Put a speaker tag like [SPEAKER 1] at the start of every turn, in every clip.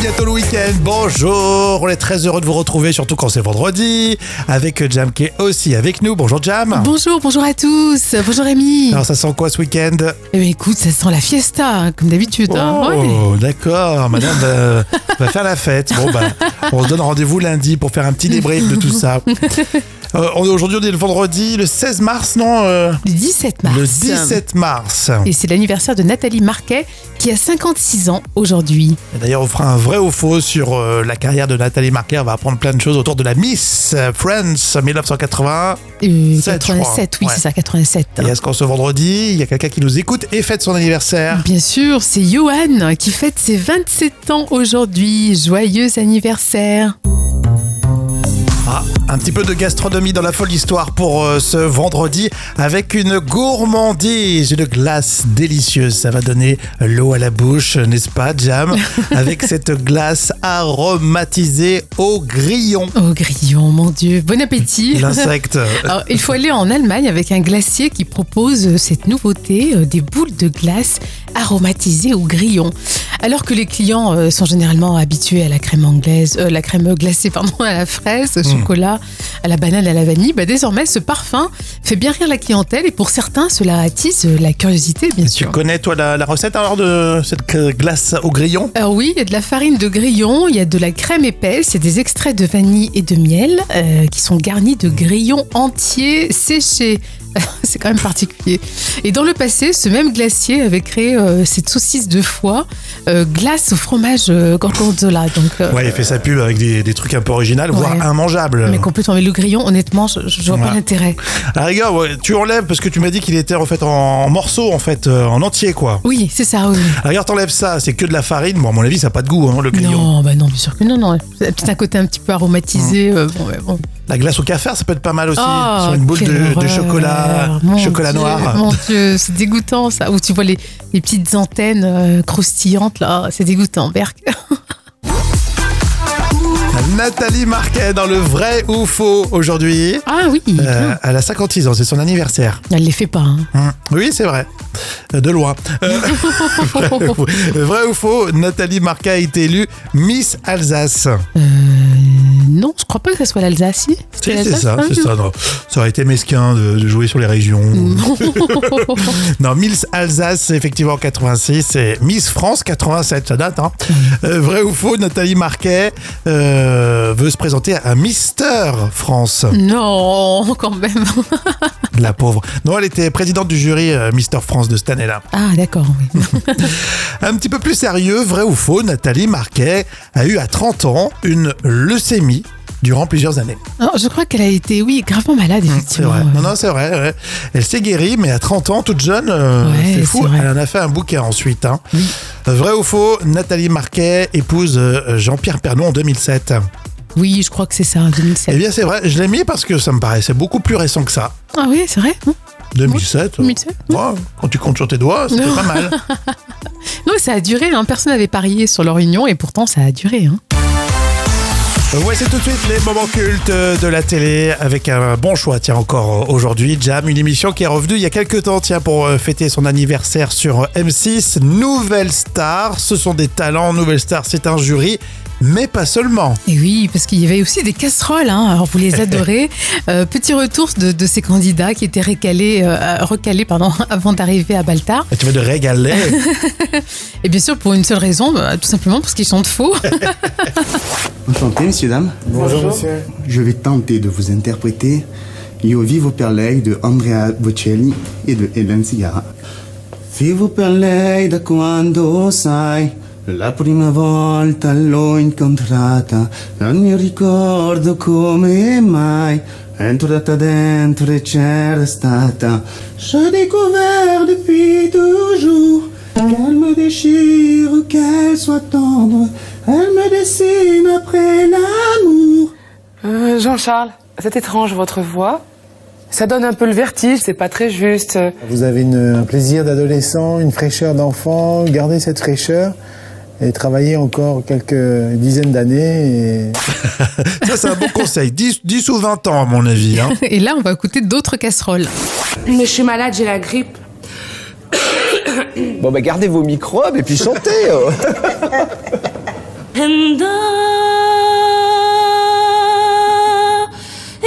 [SPEAKER 1] bientôt le week-end. Bonjour, on est très heureux de vous retrouver, surtout quand c'est vendredi, avec Jam qui est aussi avec nous. Bonjour Jam.
[SPEAKER 2] Bonjour, bonjour à tous. Bonjour Rémi.
[SPEAKER 1] Ah. Alors ça sent quoi ce week-end
[SPEAKER 2] Eh bien, écoute, ça sent la fiesta, hein, comme d'habitude. hein. Ouais.
[SPEAKER 1] Oh, d'accord, madame va, va faire la fête. Bon, bah, on se donne rendez-vous lundi pour faire un petit débrief de tout ça. Euh, on est aujourd'hui, on est le vendredi, le 16 mars, non euh,
[SPEAKER 2] Le 17 mars.
[SPEAKER 1] Le 17 mars.
[SPEAKER 2] Et c'est l'anniversaire de Nathalie Marquet, qui a 56 ans aujourd'hui.
[SPEAKER 1] Et D'ailleurs, on fera un vrai ou faux sur euh, la carrière de Nathalie Marquet. On va apprendre plein de choses autour de la Miss euh, France 1980.
[SPEAKER 2] Euh,
[SPEAKER 1] Sept, je
[SPEAKER 2] 87, oui,
[SPEAKER 1] crois. Ouais.
[SPEAKER 2] c'est ça, 87.
[SPEAKER 1] Et est-ce qu'en ce vendredi, il y a quelqu'un qui nous écoute et fête son anniversaire
[SPEAKER 2] Bien sûr, c'est Johan qui fête ses 27 ans aujourd'hui. Joyeux anniversaire.
[SPEAKER 1] Ah, Un petit peu de gastronomie dans la folle histoire pour euh, ce vendredi avec une gourmandise, une glace délicieuse. Ça va donner l'eau à la bouche, n'est-ce pas, Jam Avec cette glace aromatisée au grillon.
[SPEAKER 2] Oh, grillon, mon Dieu. Bon appétit.
[SPEAKER 1] L'insecte.
[SPEAKER 2] Alors, il faut aller en Allemagne avec un glacier qui propose euh, cette nouveauté, euh, des boules de glace aromatisées au grillon. Alors que les clients euh, sont généralement habitués à la crème anglaise, euh, la crème glacée pardon, à la fraise, au chocolat, à la banane, à la vanille, bah, désormais ce parfum fait bien rire la clientèle et pour certains cela attise euh, la curiosité bien
[SPEAKER 1] Tu
[SPEAKER 2] sûr.
[SPEAKER 1] connais, toi, la, la recette alors de cette euh, glace au grillon
[SPEAKER 2] Alors oui, il y a de la farine de grillon, il y a de la crème épaisse, il y a des extraits de vanille et de miel euh, qui sont garnis de grillons entiers séchés. C'est quand même particulier. Et dans le passé, ce même glacier avait créé euh, cette saucisse de foie euh, glace au fromage euh, gorgonzola. Donc, euh,
[SPEAKER 1] Ouais, euh. il fait sa pub avec des, des trucs un peu originaux, voire
[SPEAKER 2] Ouais.
[SPEAKER 1] immangeables.
[SPEAKER 2] mais complètement. Mais le grillon, honnêtement, je, je vois
[SPEAKER 1] Voilà.
[SPEAKER 2] pas l'intérêt.
[SPEAKER 1] À la rigueur, ouais, tu enlèves parce que tu m'as dit qu'il était en fait en morceaux, en fait, euh, en entier, quoi.
[SPEAKER 2] Oui, c'est ça. oui.
[SPEAKER 1] À la rigueur, t'enlèves ça, c'est que de la farine. Bon, à mon avis, ça n'a pas de goût, hein, le grillon.
[SPEAKER 2] Non, bah non, bien sûr que non, non. C'est Peut-être un côté un petit peu aromatisé. euh, bon, mais bon.
[SPEAKER 1] La glace au café, ça peut être pas mal aussi.
[SPEAKER 2] Oh,
[SPEAKER 1] sur une boule
[SPEAKER 2] quelle
[SPEAKER 1] de, de
[SPEAKER 2] horreur.
[SPEAKER 1] chocolat,
[SPEAKER 2] Mon
[SPEAKER 1] chocolat
[SPEAKER 2] Dieu,
[SPEAKER 1] noir.
[SPEAKER 2] Mon Dieu, c'est dégoûtant ça. Où tu vois les, les petites antennes euh, croustillantes là, c'est dégoûtant, Berk.
[SPEAKER 1] Nathalie Marquet dans le vrai ou faux aujourd'hui.
[SPEAKER 2] Ah oui,
[SPEAKER 1] Euh, elle a 56 ans, c'est son anniversaire.
[SPEAKER 2] elle les fait pas. hein.
[SPEAKER 1] Hum, Oui, c'est vrai. Euh, De loin. Euh, vrai ou faux, Nathalie Marquet a été élue Miss Alsace.
[SPEAKER 2] Euh, non, je crois pas que ça soit l'Alsace. si. C'était
[SPEAKER 1] Si, c'est
[SPEAKER 2] l'Alsace,
[SPEAKER 1] ça,
[SPEAKER 2] hein
[SPEAKER 1] c'est ça. Non. Ça aurait été mesquin de, de jouer sur les régions.
[SPEAKER 2] Hum.
[SPEAKER 1] Non, Miss Alsace, effectivement, 86 et Miss France, 87, ça date. Hein. Euh, vrai ou faux, Nathalie Marquet euh, veut se présenter à Mister France,
[SPEAKER 2] non, quand même.
[SPEAKER 1] la pauvre. Non, elle était présidente du jury euh, Mister France de cette année-là.
[SPEAKER 2] Ah d'accord. oui.
[SPEAKER 1] Un petit peu plus sérieux, vrai ou faux, Nathalie Marquet a eu à 30 ans une leucémie durant plusieurs années.
[SPEAKER 2] Alors, je crois qu'elle a été, oui, gravement malade
[SPEAKER 1] C'est
[SPEAKER 2] effectivement.
[SPEAKER 1] vrai.
[SPEAKER 2] ouais.
[SPEAKER 1] Non, non, c'est vrai. ouais. Elle s'est guérie, mais à 30 ans, toute jeune, euh,
[SPEAKER 2] Ouais,
[SPEAKER 1] c'est fou.
[SPEAKER 2] c'est vrai.
[SPEAKER 1] Elle en a fait un bouquet ensuite. hein. Vrai ou faux, Nathalie Marquet épouse euh, Jean-Pierre Pernon en 2007.
[SPEAKER 2] Oui, je crois que c'est ça, 2007.
[SPEAKER 1] Eh bien, c'est vrai, je l'ai mis parce que ça me paraissait beaucoup plus récent que ça.
[SPEAKER 2] Ah oui, c'est vrai. hein
[SPEAKER 1] 2007. euh,
[SPEAKER 2] 2007.
[SPEAKER 1] ouais, quand tu comptes sur tes doigts, c'était pas mal.
[SPEAKER 2] Non, ça a duré. hein. Personne n'avait parié sur leur union et pourtant ça a duré. hein.
[SPEAKER 1] Voici Euh, tout de suite les moments cultes euh, de la télé avec un bon choix, tiens, encore euh, aujourd'hui. Jam, une émission qui est revenue il y a quelques temps, tiens, pour euh, fêter son anniversaire sur euh, M6. Nouvelle star, ce sont des talents. Nouvelle star, c'est un jury, mais pas seulement.
[SPEAKER 2] Et oui, parce qu'il y avait aussi des casseroles, hein. alors vous les adorez. Euh, petit retour de, de ces candidats qui étaient récalés, euh, recalés pardon, avant d'arriver à Baltar.
[SPEAKER 1] Et tu vas te régaler.
[SPEAKER 2] Et bien sûr, pour une seule raison, bah, tout simplement parce qu'ils chantent faux.
[SPEAKER 3] Enchanté, messieurs, dames.
[SPEAKER 4] Bonjour, monsieur.
[SPEAKER 3] Je vais tenter de vous interpréter Io vivo per lei de Andrea Bocelli e de Helen Sigara. Vivo per lei da quando, sai, la prima volta l'ho incontrata. Non mi ricordo come mai. È entrata dentro e c'è restata. J'ai découvert depuis toujours qu'elle me déchire, qu'elle soit tendre. Elle me dessine après l'amour.
[SPEAKER 4] Euh, Jean-Charles, c'est étrange votre voix. Ça donne un peu le vertige, c'est pas très juste.
[SPEAKER 5] Vous avez une- un plaisir d'adolescent, une fraîcheur d'enfant, gardez cette fraîcheur et travaillez encore quelques dizaines d'années. et-
[SPEAKER 1] Ça, c'est un bon conseil. 10, 10 ou 20 ans, à mon avis. hein.
[SPEAKER 2] Et là, on va écouter d'autres casseroles.
[SPEAKER 4] Mais je suis malade, j'ai la grippe.
[SPEAKER 6] Bon bah gardez vos microbes et puis chantez oh. prenda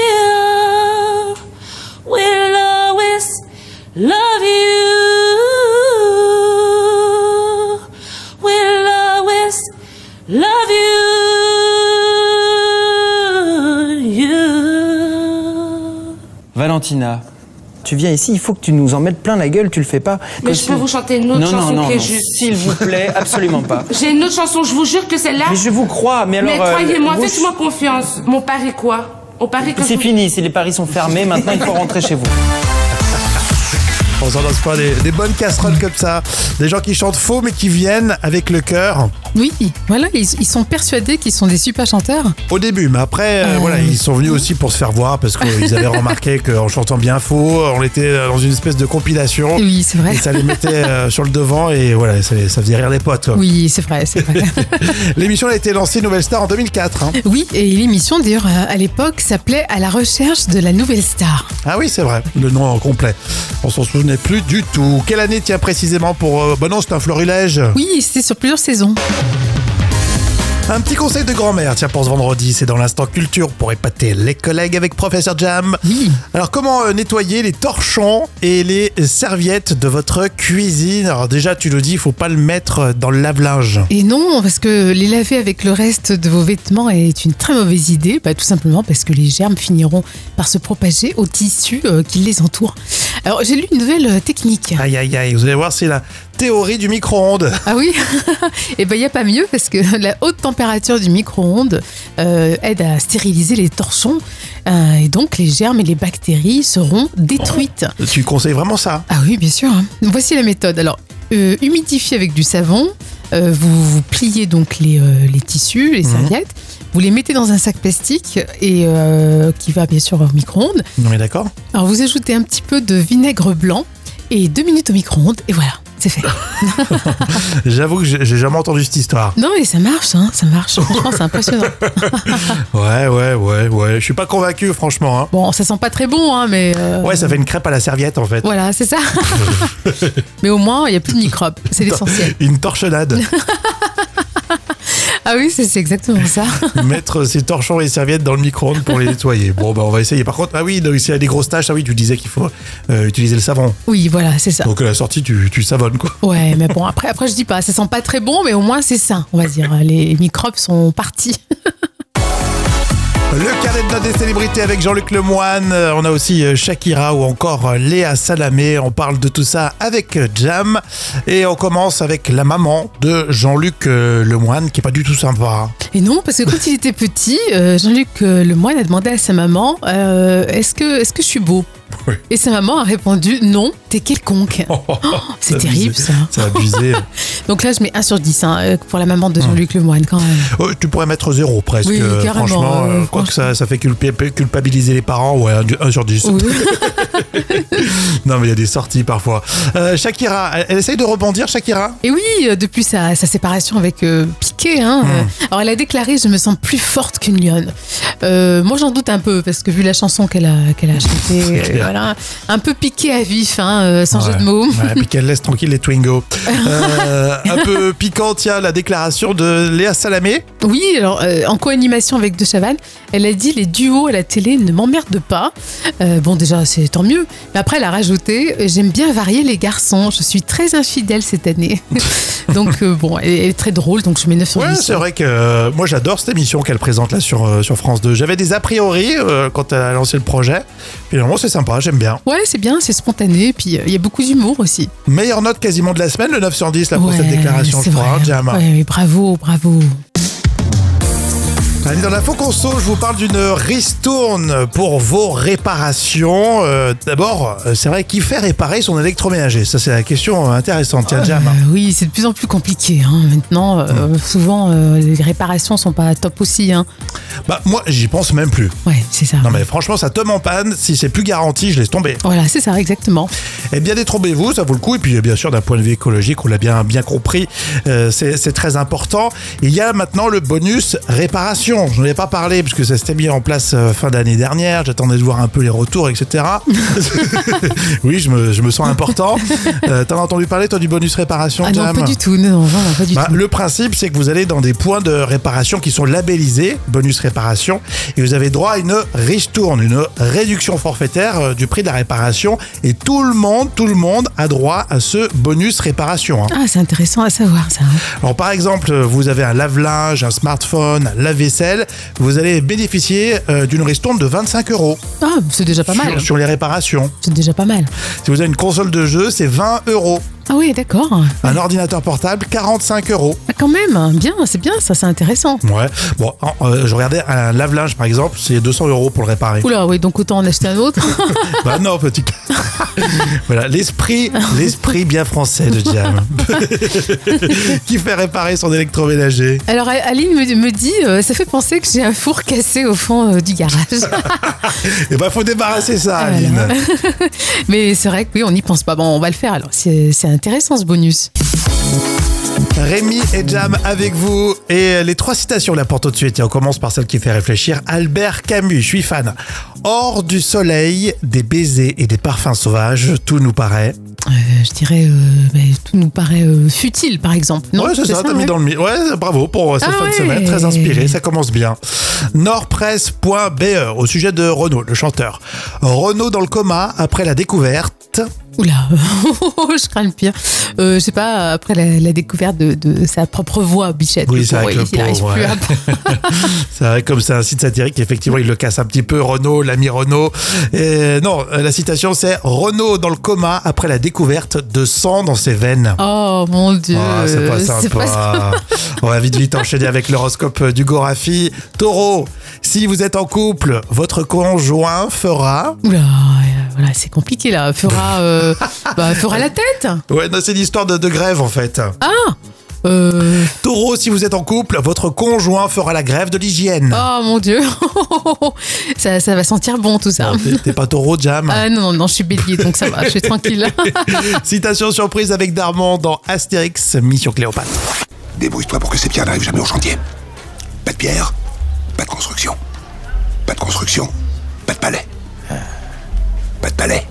[SPEAKER 6] yeah. We'll always love you We'll always love you, you.
[SPEAKER 7] Valentina, tu viens ici, il faut que tu nous en mettes plein la gueule, tu le fais pas.
[SPEAKER 8] Mais je peux vous chanter une autre
[SPEAKER 7] non,
[SPEAKER 8] chanson
[SPEAKER 7] non, non,
[SPEAKER 8] qui est
[SPEAKER 7] non.
[SPEAKER 8] juste.
[SPEAKER 7] S'il vous plaît, absolument pas.
[SPEAKER 8] J'ai une autre chanson, je vous jure que celle-là.
[SPEAKER 7] Mais je vous crois, mais alors.
[SPEAKER 8] Mais
[SPEAKER 7] euh,
[SPEAKER 8] croyez-moi,
[SPEAKER 7] vous-
[SPEAKER 8] faites-moi confiance. Mon pari quoi Au pari que je
[SPEAKER 7] C'est
[SPEAKER 8] vous-
[SPEAKER 7] fini, si les paris sont fermés, maintenant il faut rentrer chez vous.
[SPEAKER 1] On s'en lance pas des, des bonnes casseroles comme ça. Des gens qui chantent faux mais qui viennent avec le cœur
[SPEAKER 2] Oui, voilà, ils, ils sont persuadés qu'ils sont des super chanteurs.
[SPEAKER 1] au début. Mais après, euh,
[SPEAKER 2] Euh,
[SPEAKER 1] voilà, ils sont venus aussi pour se faire voir parce qu'ils avaient remarqué qu'en chantant bien faux, on était dans une espèce de compilation.
[SPEAKER 2] Oui, c'est vrai.
[SPEAKER 1] Et ça les mettait euh, sur le devant et voilà, ça, ça faisait rire les potes. quoi.
[SPEAKER 2] Oui, c'est vrai, c'est vrai.
[SPEAKER 1] L'émission a été lancée Nouvelle Star en 2004. hein.
[SPEAKER 2] Oui, et l'émission, d'ailleurs, à à l'époque, s'appelait À la recherche de la nouvelle star.
[SPEAKER 1] Ah oui, c'est vrai, le nom en complet. On s'en souvenait plus du tout. Quelle année tient précisément pour... euh, bon non, c'est un florilège.
[SPEAKER 2] Oui, c'était sur plusieurs saisons.
[SPEAKER 1] Un petit conseil de grand-mère, tiens, pour ce vendredi, c'est dans l'instant culture pour épater les collègues avec Professeur Jam.
[SPEAKER 2] Oui.
[SPEAKER 1] Alors, comment euh, nettoyer les torchons et les serviettes de votre cuisine Alors, déjà, tu le dis, il faut pas le mettre euh, dans le lave-linge.
[SPEAKER 2] Et non, parce que les laver avec le reste de vos vêtements est une très mauvaise idée, bah, tout simplement parce que les germes finiront par se propager au tissu euh, qui les entoure. Alors, j'ai lu une nouvelle euh, technique.
[SPEAKER 1] Aïe, aïe, aïe, vous allez voir, c'est la théorie du micro-ondes.
[SPEAKER 2] Ah oui Et bien, il n'y a pas mieux parce que la haute température du micro-ondes euh, aide à stériliser les torchons euh, et donc les germes et les bactéries seront détruites.
[SPEAKER 1] Tu conseilles vraiment ça
[SPEAKER 2] Ah oui, bien sûr. hein. Voici la méthode. Alors, euh, humidifiez avec du savon. Euh, vous, vous pliez donc les, euh, les tissus, les serviettes. Vous les mettez dans un sac plastique et euh, qui va bien sûr au micro-ondes.
[SPEAKER 1] Non, mais d'accord.
[SPEAKER 2] Alors, vous ajoutez un petit peu de vinaigre blanc et deux minutes au micro-ondes et voilà. C'est fait.
[SPEAKER 1] J'avoue que j'ai j'ai jamais entendu cette histoire.
[SPEAKER 2] Non, mais ça marche, hein, ça marche. Franchement, c'est impressionnant.
[SPEAKER 1] Ouais, ouais, ouais, ouais. Je suis pas convaincu, franchement. hein.
[SPEAKER 2] Bon, ça sent pas très bon, hein, mais. euh,
[SPEAKER 1] Ouais, ça fait une crêpe à la serviette, en fait.
[SPEAKER 2] Voilà, c'est ça. mais au moins, il n'y a plus de microbes. C'est l'essentiel.
[SPEAKER 1] Une torchonnade.
[SPEAKER 2] Ah oui, c'est c'est exactement ça.
[SPEAKER 1] mettre ses torchons et serviettes dans le micro-ondes pour les nettoyer. Bon, bah, on va essayer. Par contre, ah oui, donc, s'il y a des grosses tâches, ah oui, tu disais qu'il faut euh, utiliser le savon.
[SPEAKER 2] Oui, voilà, c'est ça.
[SPEAKER 1] Donc, à la sortie, tu, tu savonnes, quoi.
[SPEAKER 2] Ouais, mais bon, après, après je dis pas, ça sent pas très bon, mais au moins c'est sain, on va dire. Les microbes sont partis.
[SPEAKER 1] Le carnet de notes des célébrités avec Jean-Luc Lemoine. Euh, On a aussi euh, Shakira ou encore euh, Léa Salamé. On parle de tout ça avec euh, Jam. Et on commence avec la maman de Jean-Luc euh, Lemoine, qui est pas du tout sympa. hein.
[SPEAKER 2] Et non, parce que quand il était petit, euh, Jean-Luc euh, Lemoyne a demandé à sa maman euh, Est-ce que, est que je suis beau
[SPEAKER 1] Oui.
[SPEAKER 2] Et sa maman a répondu Non, t'es quelconque. Oh, c'est
[SPEAKER 1] abusé.
[SPEAKER 2] terrible ça.
[SPEAKER 1] C'est abusé.
[SPEAKER 2] Donc là, je mets 1 sur 10 hein, euh, pour la maman de Jean-Luc Lemoyne quand même.
[SPEAKER 1] Oh, tu pourrais mettre zéro presque.
[SPEAKER 2] Oui,
[SPEAKER 1] euh,
[SPEAKER 2] carrément,
[SPEAKER 1] Franchement,
[SPEAKER 2] euh,
[SPEAKER 1] euh, quoi que ça, ça fait culp- culpabiliser les parents, ouais, 1 sur 10.
[SPEAKER 2] Oui.
[SPEAKER 1] Non, mais il y a des sorties parfois. Euh, Shakira, elle, elle essaye de rebondir, Shakira
[SPEAKER 2] Et oui, euh, depuis sa, sa séparation avec euh, Piqué, hein,
[SPEAKER 1] Hmm.
[SPEAKER 2] euh, alors elle a déclaré Je me sens plus forte qu'une lionne. Euh, moi, j'en doute un peu, parce que vu la chanson qu'elle a, qu'elle a chantée,
[SPEAKER 1] C'est
[SPEAKER 2] euh,
[SPEAKER 1] clair.
[SPEAKER 2] voilà, un peu piqué à vif, hein, euh, sans jeu
[SPEAKER 1] Ouais.
[SPEAKER 2] de mots.
[SPEAKER 1] Ouais, puis qu'elle laisse tranquille les Twingo. Euh, un peu piquant, tiens, la déclaration de Léa Salamé.
[SPEAKER 2] Oui, alors euh, en co-animation avec De Chavannes, elle a dit Les duos à la télé ne m'emmerdent pas. Euh, bon, déjà, c'est tant mieux. Mais après, elle a rajouté J'aime bien varier les garçons, je suis très infidèle cette année. donc, euh, bon, elle, elle est très drôle, donc je mets 9 sur
[SPEAKER 1] Ouais,
[SPEAKER 2] 10.
[SPEAKER 1] c'est vrai que euh, moi j'adore cette émission qu'elle présente là sur, euh, sur France 2. J'avais des a priori euh, quand elle a lancé le projet. Finalement, c'est sympa, j'aime bien.
[SPEAKER 2] Ouais, c'est bien, c'est spontané, puis euh, il y a beaucoup d'humour aussi.
[SPEAKER 1] Meilleure note quasiment de la semaine, le 9 sur 10 là, pour
[SPEAKER 2] Ouais,
[SPEAKER 1] cette déclaration,
[SPEAKER 2] c'est
[SPEAKER 1] je crois,
[SPEAKER 2] vrai.
[SPEAKER 1] hein, Jam.
[SPEAKER 2] Ouais, mais bravo, bravo.
[SPEAKER 1] Allez, dans la faux conso, je vous parle d'une ristourne pour vos réparations. Euh, D'abord, euh, c'est vrai, qui fait réparer son électroménager Ça, c'est la question euh, intéressante. Tiens, Jam.
[SPEAKER 2] Euh, oui, c'est de plus en plus compliqué. hein. Maintenant, euh, souvent, euh, les réparations sont pas top aussi. hein.
[SPEAKER 1] Bah, moi, j'y pense même plus.
[SPEAKER 2] Ouais, c'est ça.
[SPEAKER 1] Non, mais franchement, ça tombe en panne. Si c'est plus garanti, je laisse tomber.
[SPEAKER 2] Voilà, c'est ça, exactement.
[SPEAKER 1] Eh bien, détrompez-vous, ça vaut le coup. Et puis, euh, bien sûr, d'un point de vue écologique, on l'a bien, bien compris, euh, c'est c'est très important. Il y a maintenant le bonus réparation. Je n'en ai pas parlé puisque ça s'était mis en place euh, fin d'année dernière. J'attendais de voir un peu les retours, etc. oui, je me, je me sens important. Euh, T'en as entendu parler, toi, du bonus réparation
[SPEAKER 2] Ah non,
[SPEAKER 1] Jam
[SPEAKER 2] pas du tout. Non, non, non, pas du
[SPEAKER 1] bah,
[SPEAKER 2] tout.
[SPEAKER 1] le principe, c'est que vous allez dans des points de réparation qui sont labellisés, bonus réparation, et vous avez droit à une ristourne, une réduction forfaitaire euh, du prix de la réparation. Et tout le monde, tout le monde a droit à ce bonus réparation. hein.
[SPEAKER 2] Ah, c'est intéressant à savoir, ça.
[SPEAKER 1] Alors, par exemple, euh, vous avez un lave-linge, un smartphone, un lave-vaisselle, vous allez bénéficier euh, d'une ristourne de 25 euros
[SPEAKER 2] Ah, c'est déjà pas mal.
[SPEAKER 1] sur, sur les réparations.
[SPEAKER 2] C'est déjà pas mal.
[SPEAKER 1] Si vous avez une console de jeu, c'est 20 euros.
[SPEAKER 2] Ah oui, d'accord.
[SPEAKER 1] Un ordinateur portable, 45 euros.
[SPEAKER 2] Ah, quand même, bien, c'est bien, ça, c'est intéressant.
[SPEAKER 1] Ouais. Bon, en- euh, je regardais un lave-linge par exemple, c'est 200 euros pour le réparer.
[SPEAKER 2] Oula, oui, donc autant en acheter un autre.
[SPEAKER 1] Bah non, petit. voilà, l'esprit, l'esprit bien français de Jam, qui fait réparer son électroménager.
[SPEAKER 2] Alors Aline me, me dit, euh, ça fait penser que j'ai un four cassé au fond euh, du garage.
[SPEAKER 1] Et ben, faut débarrasser ça,
[SPEAKER 2] Ah,
[SPEAKER 1] Aline.
[SPEAKER 2] voilà. Mais c'est vrai que oui, on n'y pense pas. Bon, on va le faire alors. C'est c'est intéressant ce bonus.
[SPEAKER 1] Rémi et Jam avec vous. Et les trois citations la porte tout de suite. Et on commence par celle qui fait réfléchir. Albert Camus, je suis fan. Hors du soleil, des baisers et des parfums sauvages, tout nous paraît.
[SPEAKER 2] Euh, je dirais, euh, ben, tout nous paraît euh, futile par exemple. Non,
[SPEAKER 1] ouais, c'est ça, t'as
[SPEAKER 2] ouais.
[SPEAKER 1] mis dans le mi- Ouais, bravo pour euh, cette
[SPEAKER 2] Ah
[SPEAKER 1] fin de
[SPEAKER 2] ouais.
[SPEAKER 1] semaine, très inspiré, ça commence bien. Nordpresse.be E, au sujet de Renaud, le chanteur. Renaud dans le coma après la découverte.
[SPEAKER 2] Oula, je crains le pire. Euh, je sais pas, après la, la découverte de, de sa propre voix, Bichette.
[SPEAKER 1] Oui,
[SPEAKER 2] le
[SPEAKER 1] c'est vrai que le
[SPEAKER 2] pauvre, il n'arrive
[SPEAKER 1] pauvre,
[SPEAKER 2] plus à...
[SPEAKER 1] C'est vrai, comme c'est un site satirique, effectivement, il le casse un petit peu, Renaud, l'ami Renaud. Et non, euh, la citation c'est Renaud dans le coma après la découverte de sang dans ses veines.
[SPEAKER 2] Oh mon dieu.
[SPEAKER 1] Ah, c'est pas
[SPEAKER 2] c'est
[SPEAKER 1] sympa.
[SPEAKER 2] pas ça.
[SPEAKER 1] On va vite vite enchaîner avec l'horoscope du Gorafi. Taureau, si vous êtes en couple, votre conjoint fera.
[SPEAKER 2] Oula, euh, voilà, c'est compliqué là. Fera, euh, bah, fera la tête.
[SPEAKER 1] Ouais, non, c'est l'histoire de, de grève en fait.
[SPEAKER 2] Ah Euh,
[SPEAKER 1] Taureau, si vous êtes en couple, votre conjoint fera la grève de l'hygiène.
[SPEAKER 2] Oh mon dieu, ça, ça va sentir bon tout ça.
[SPEAKER 1] Non, t'es- T'es pas taureau, Jam.
[SPEAKER 2] Ah non, non, non, je suis bélier, donc ça va, je suis tranquille.
[SPEAKER 1] Citation surprise avec Darman dans Astérix, Mission Cléopâtre.
[SPEAKER 9] Débrouille-toi pour que ces pierres n'arrivent jamais au chantier. Pas de pierre, pas de construction. Pas de construction, pas de palais. Pas de palais,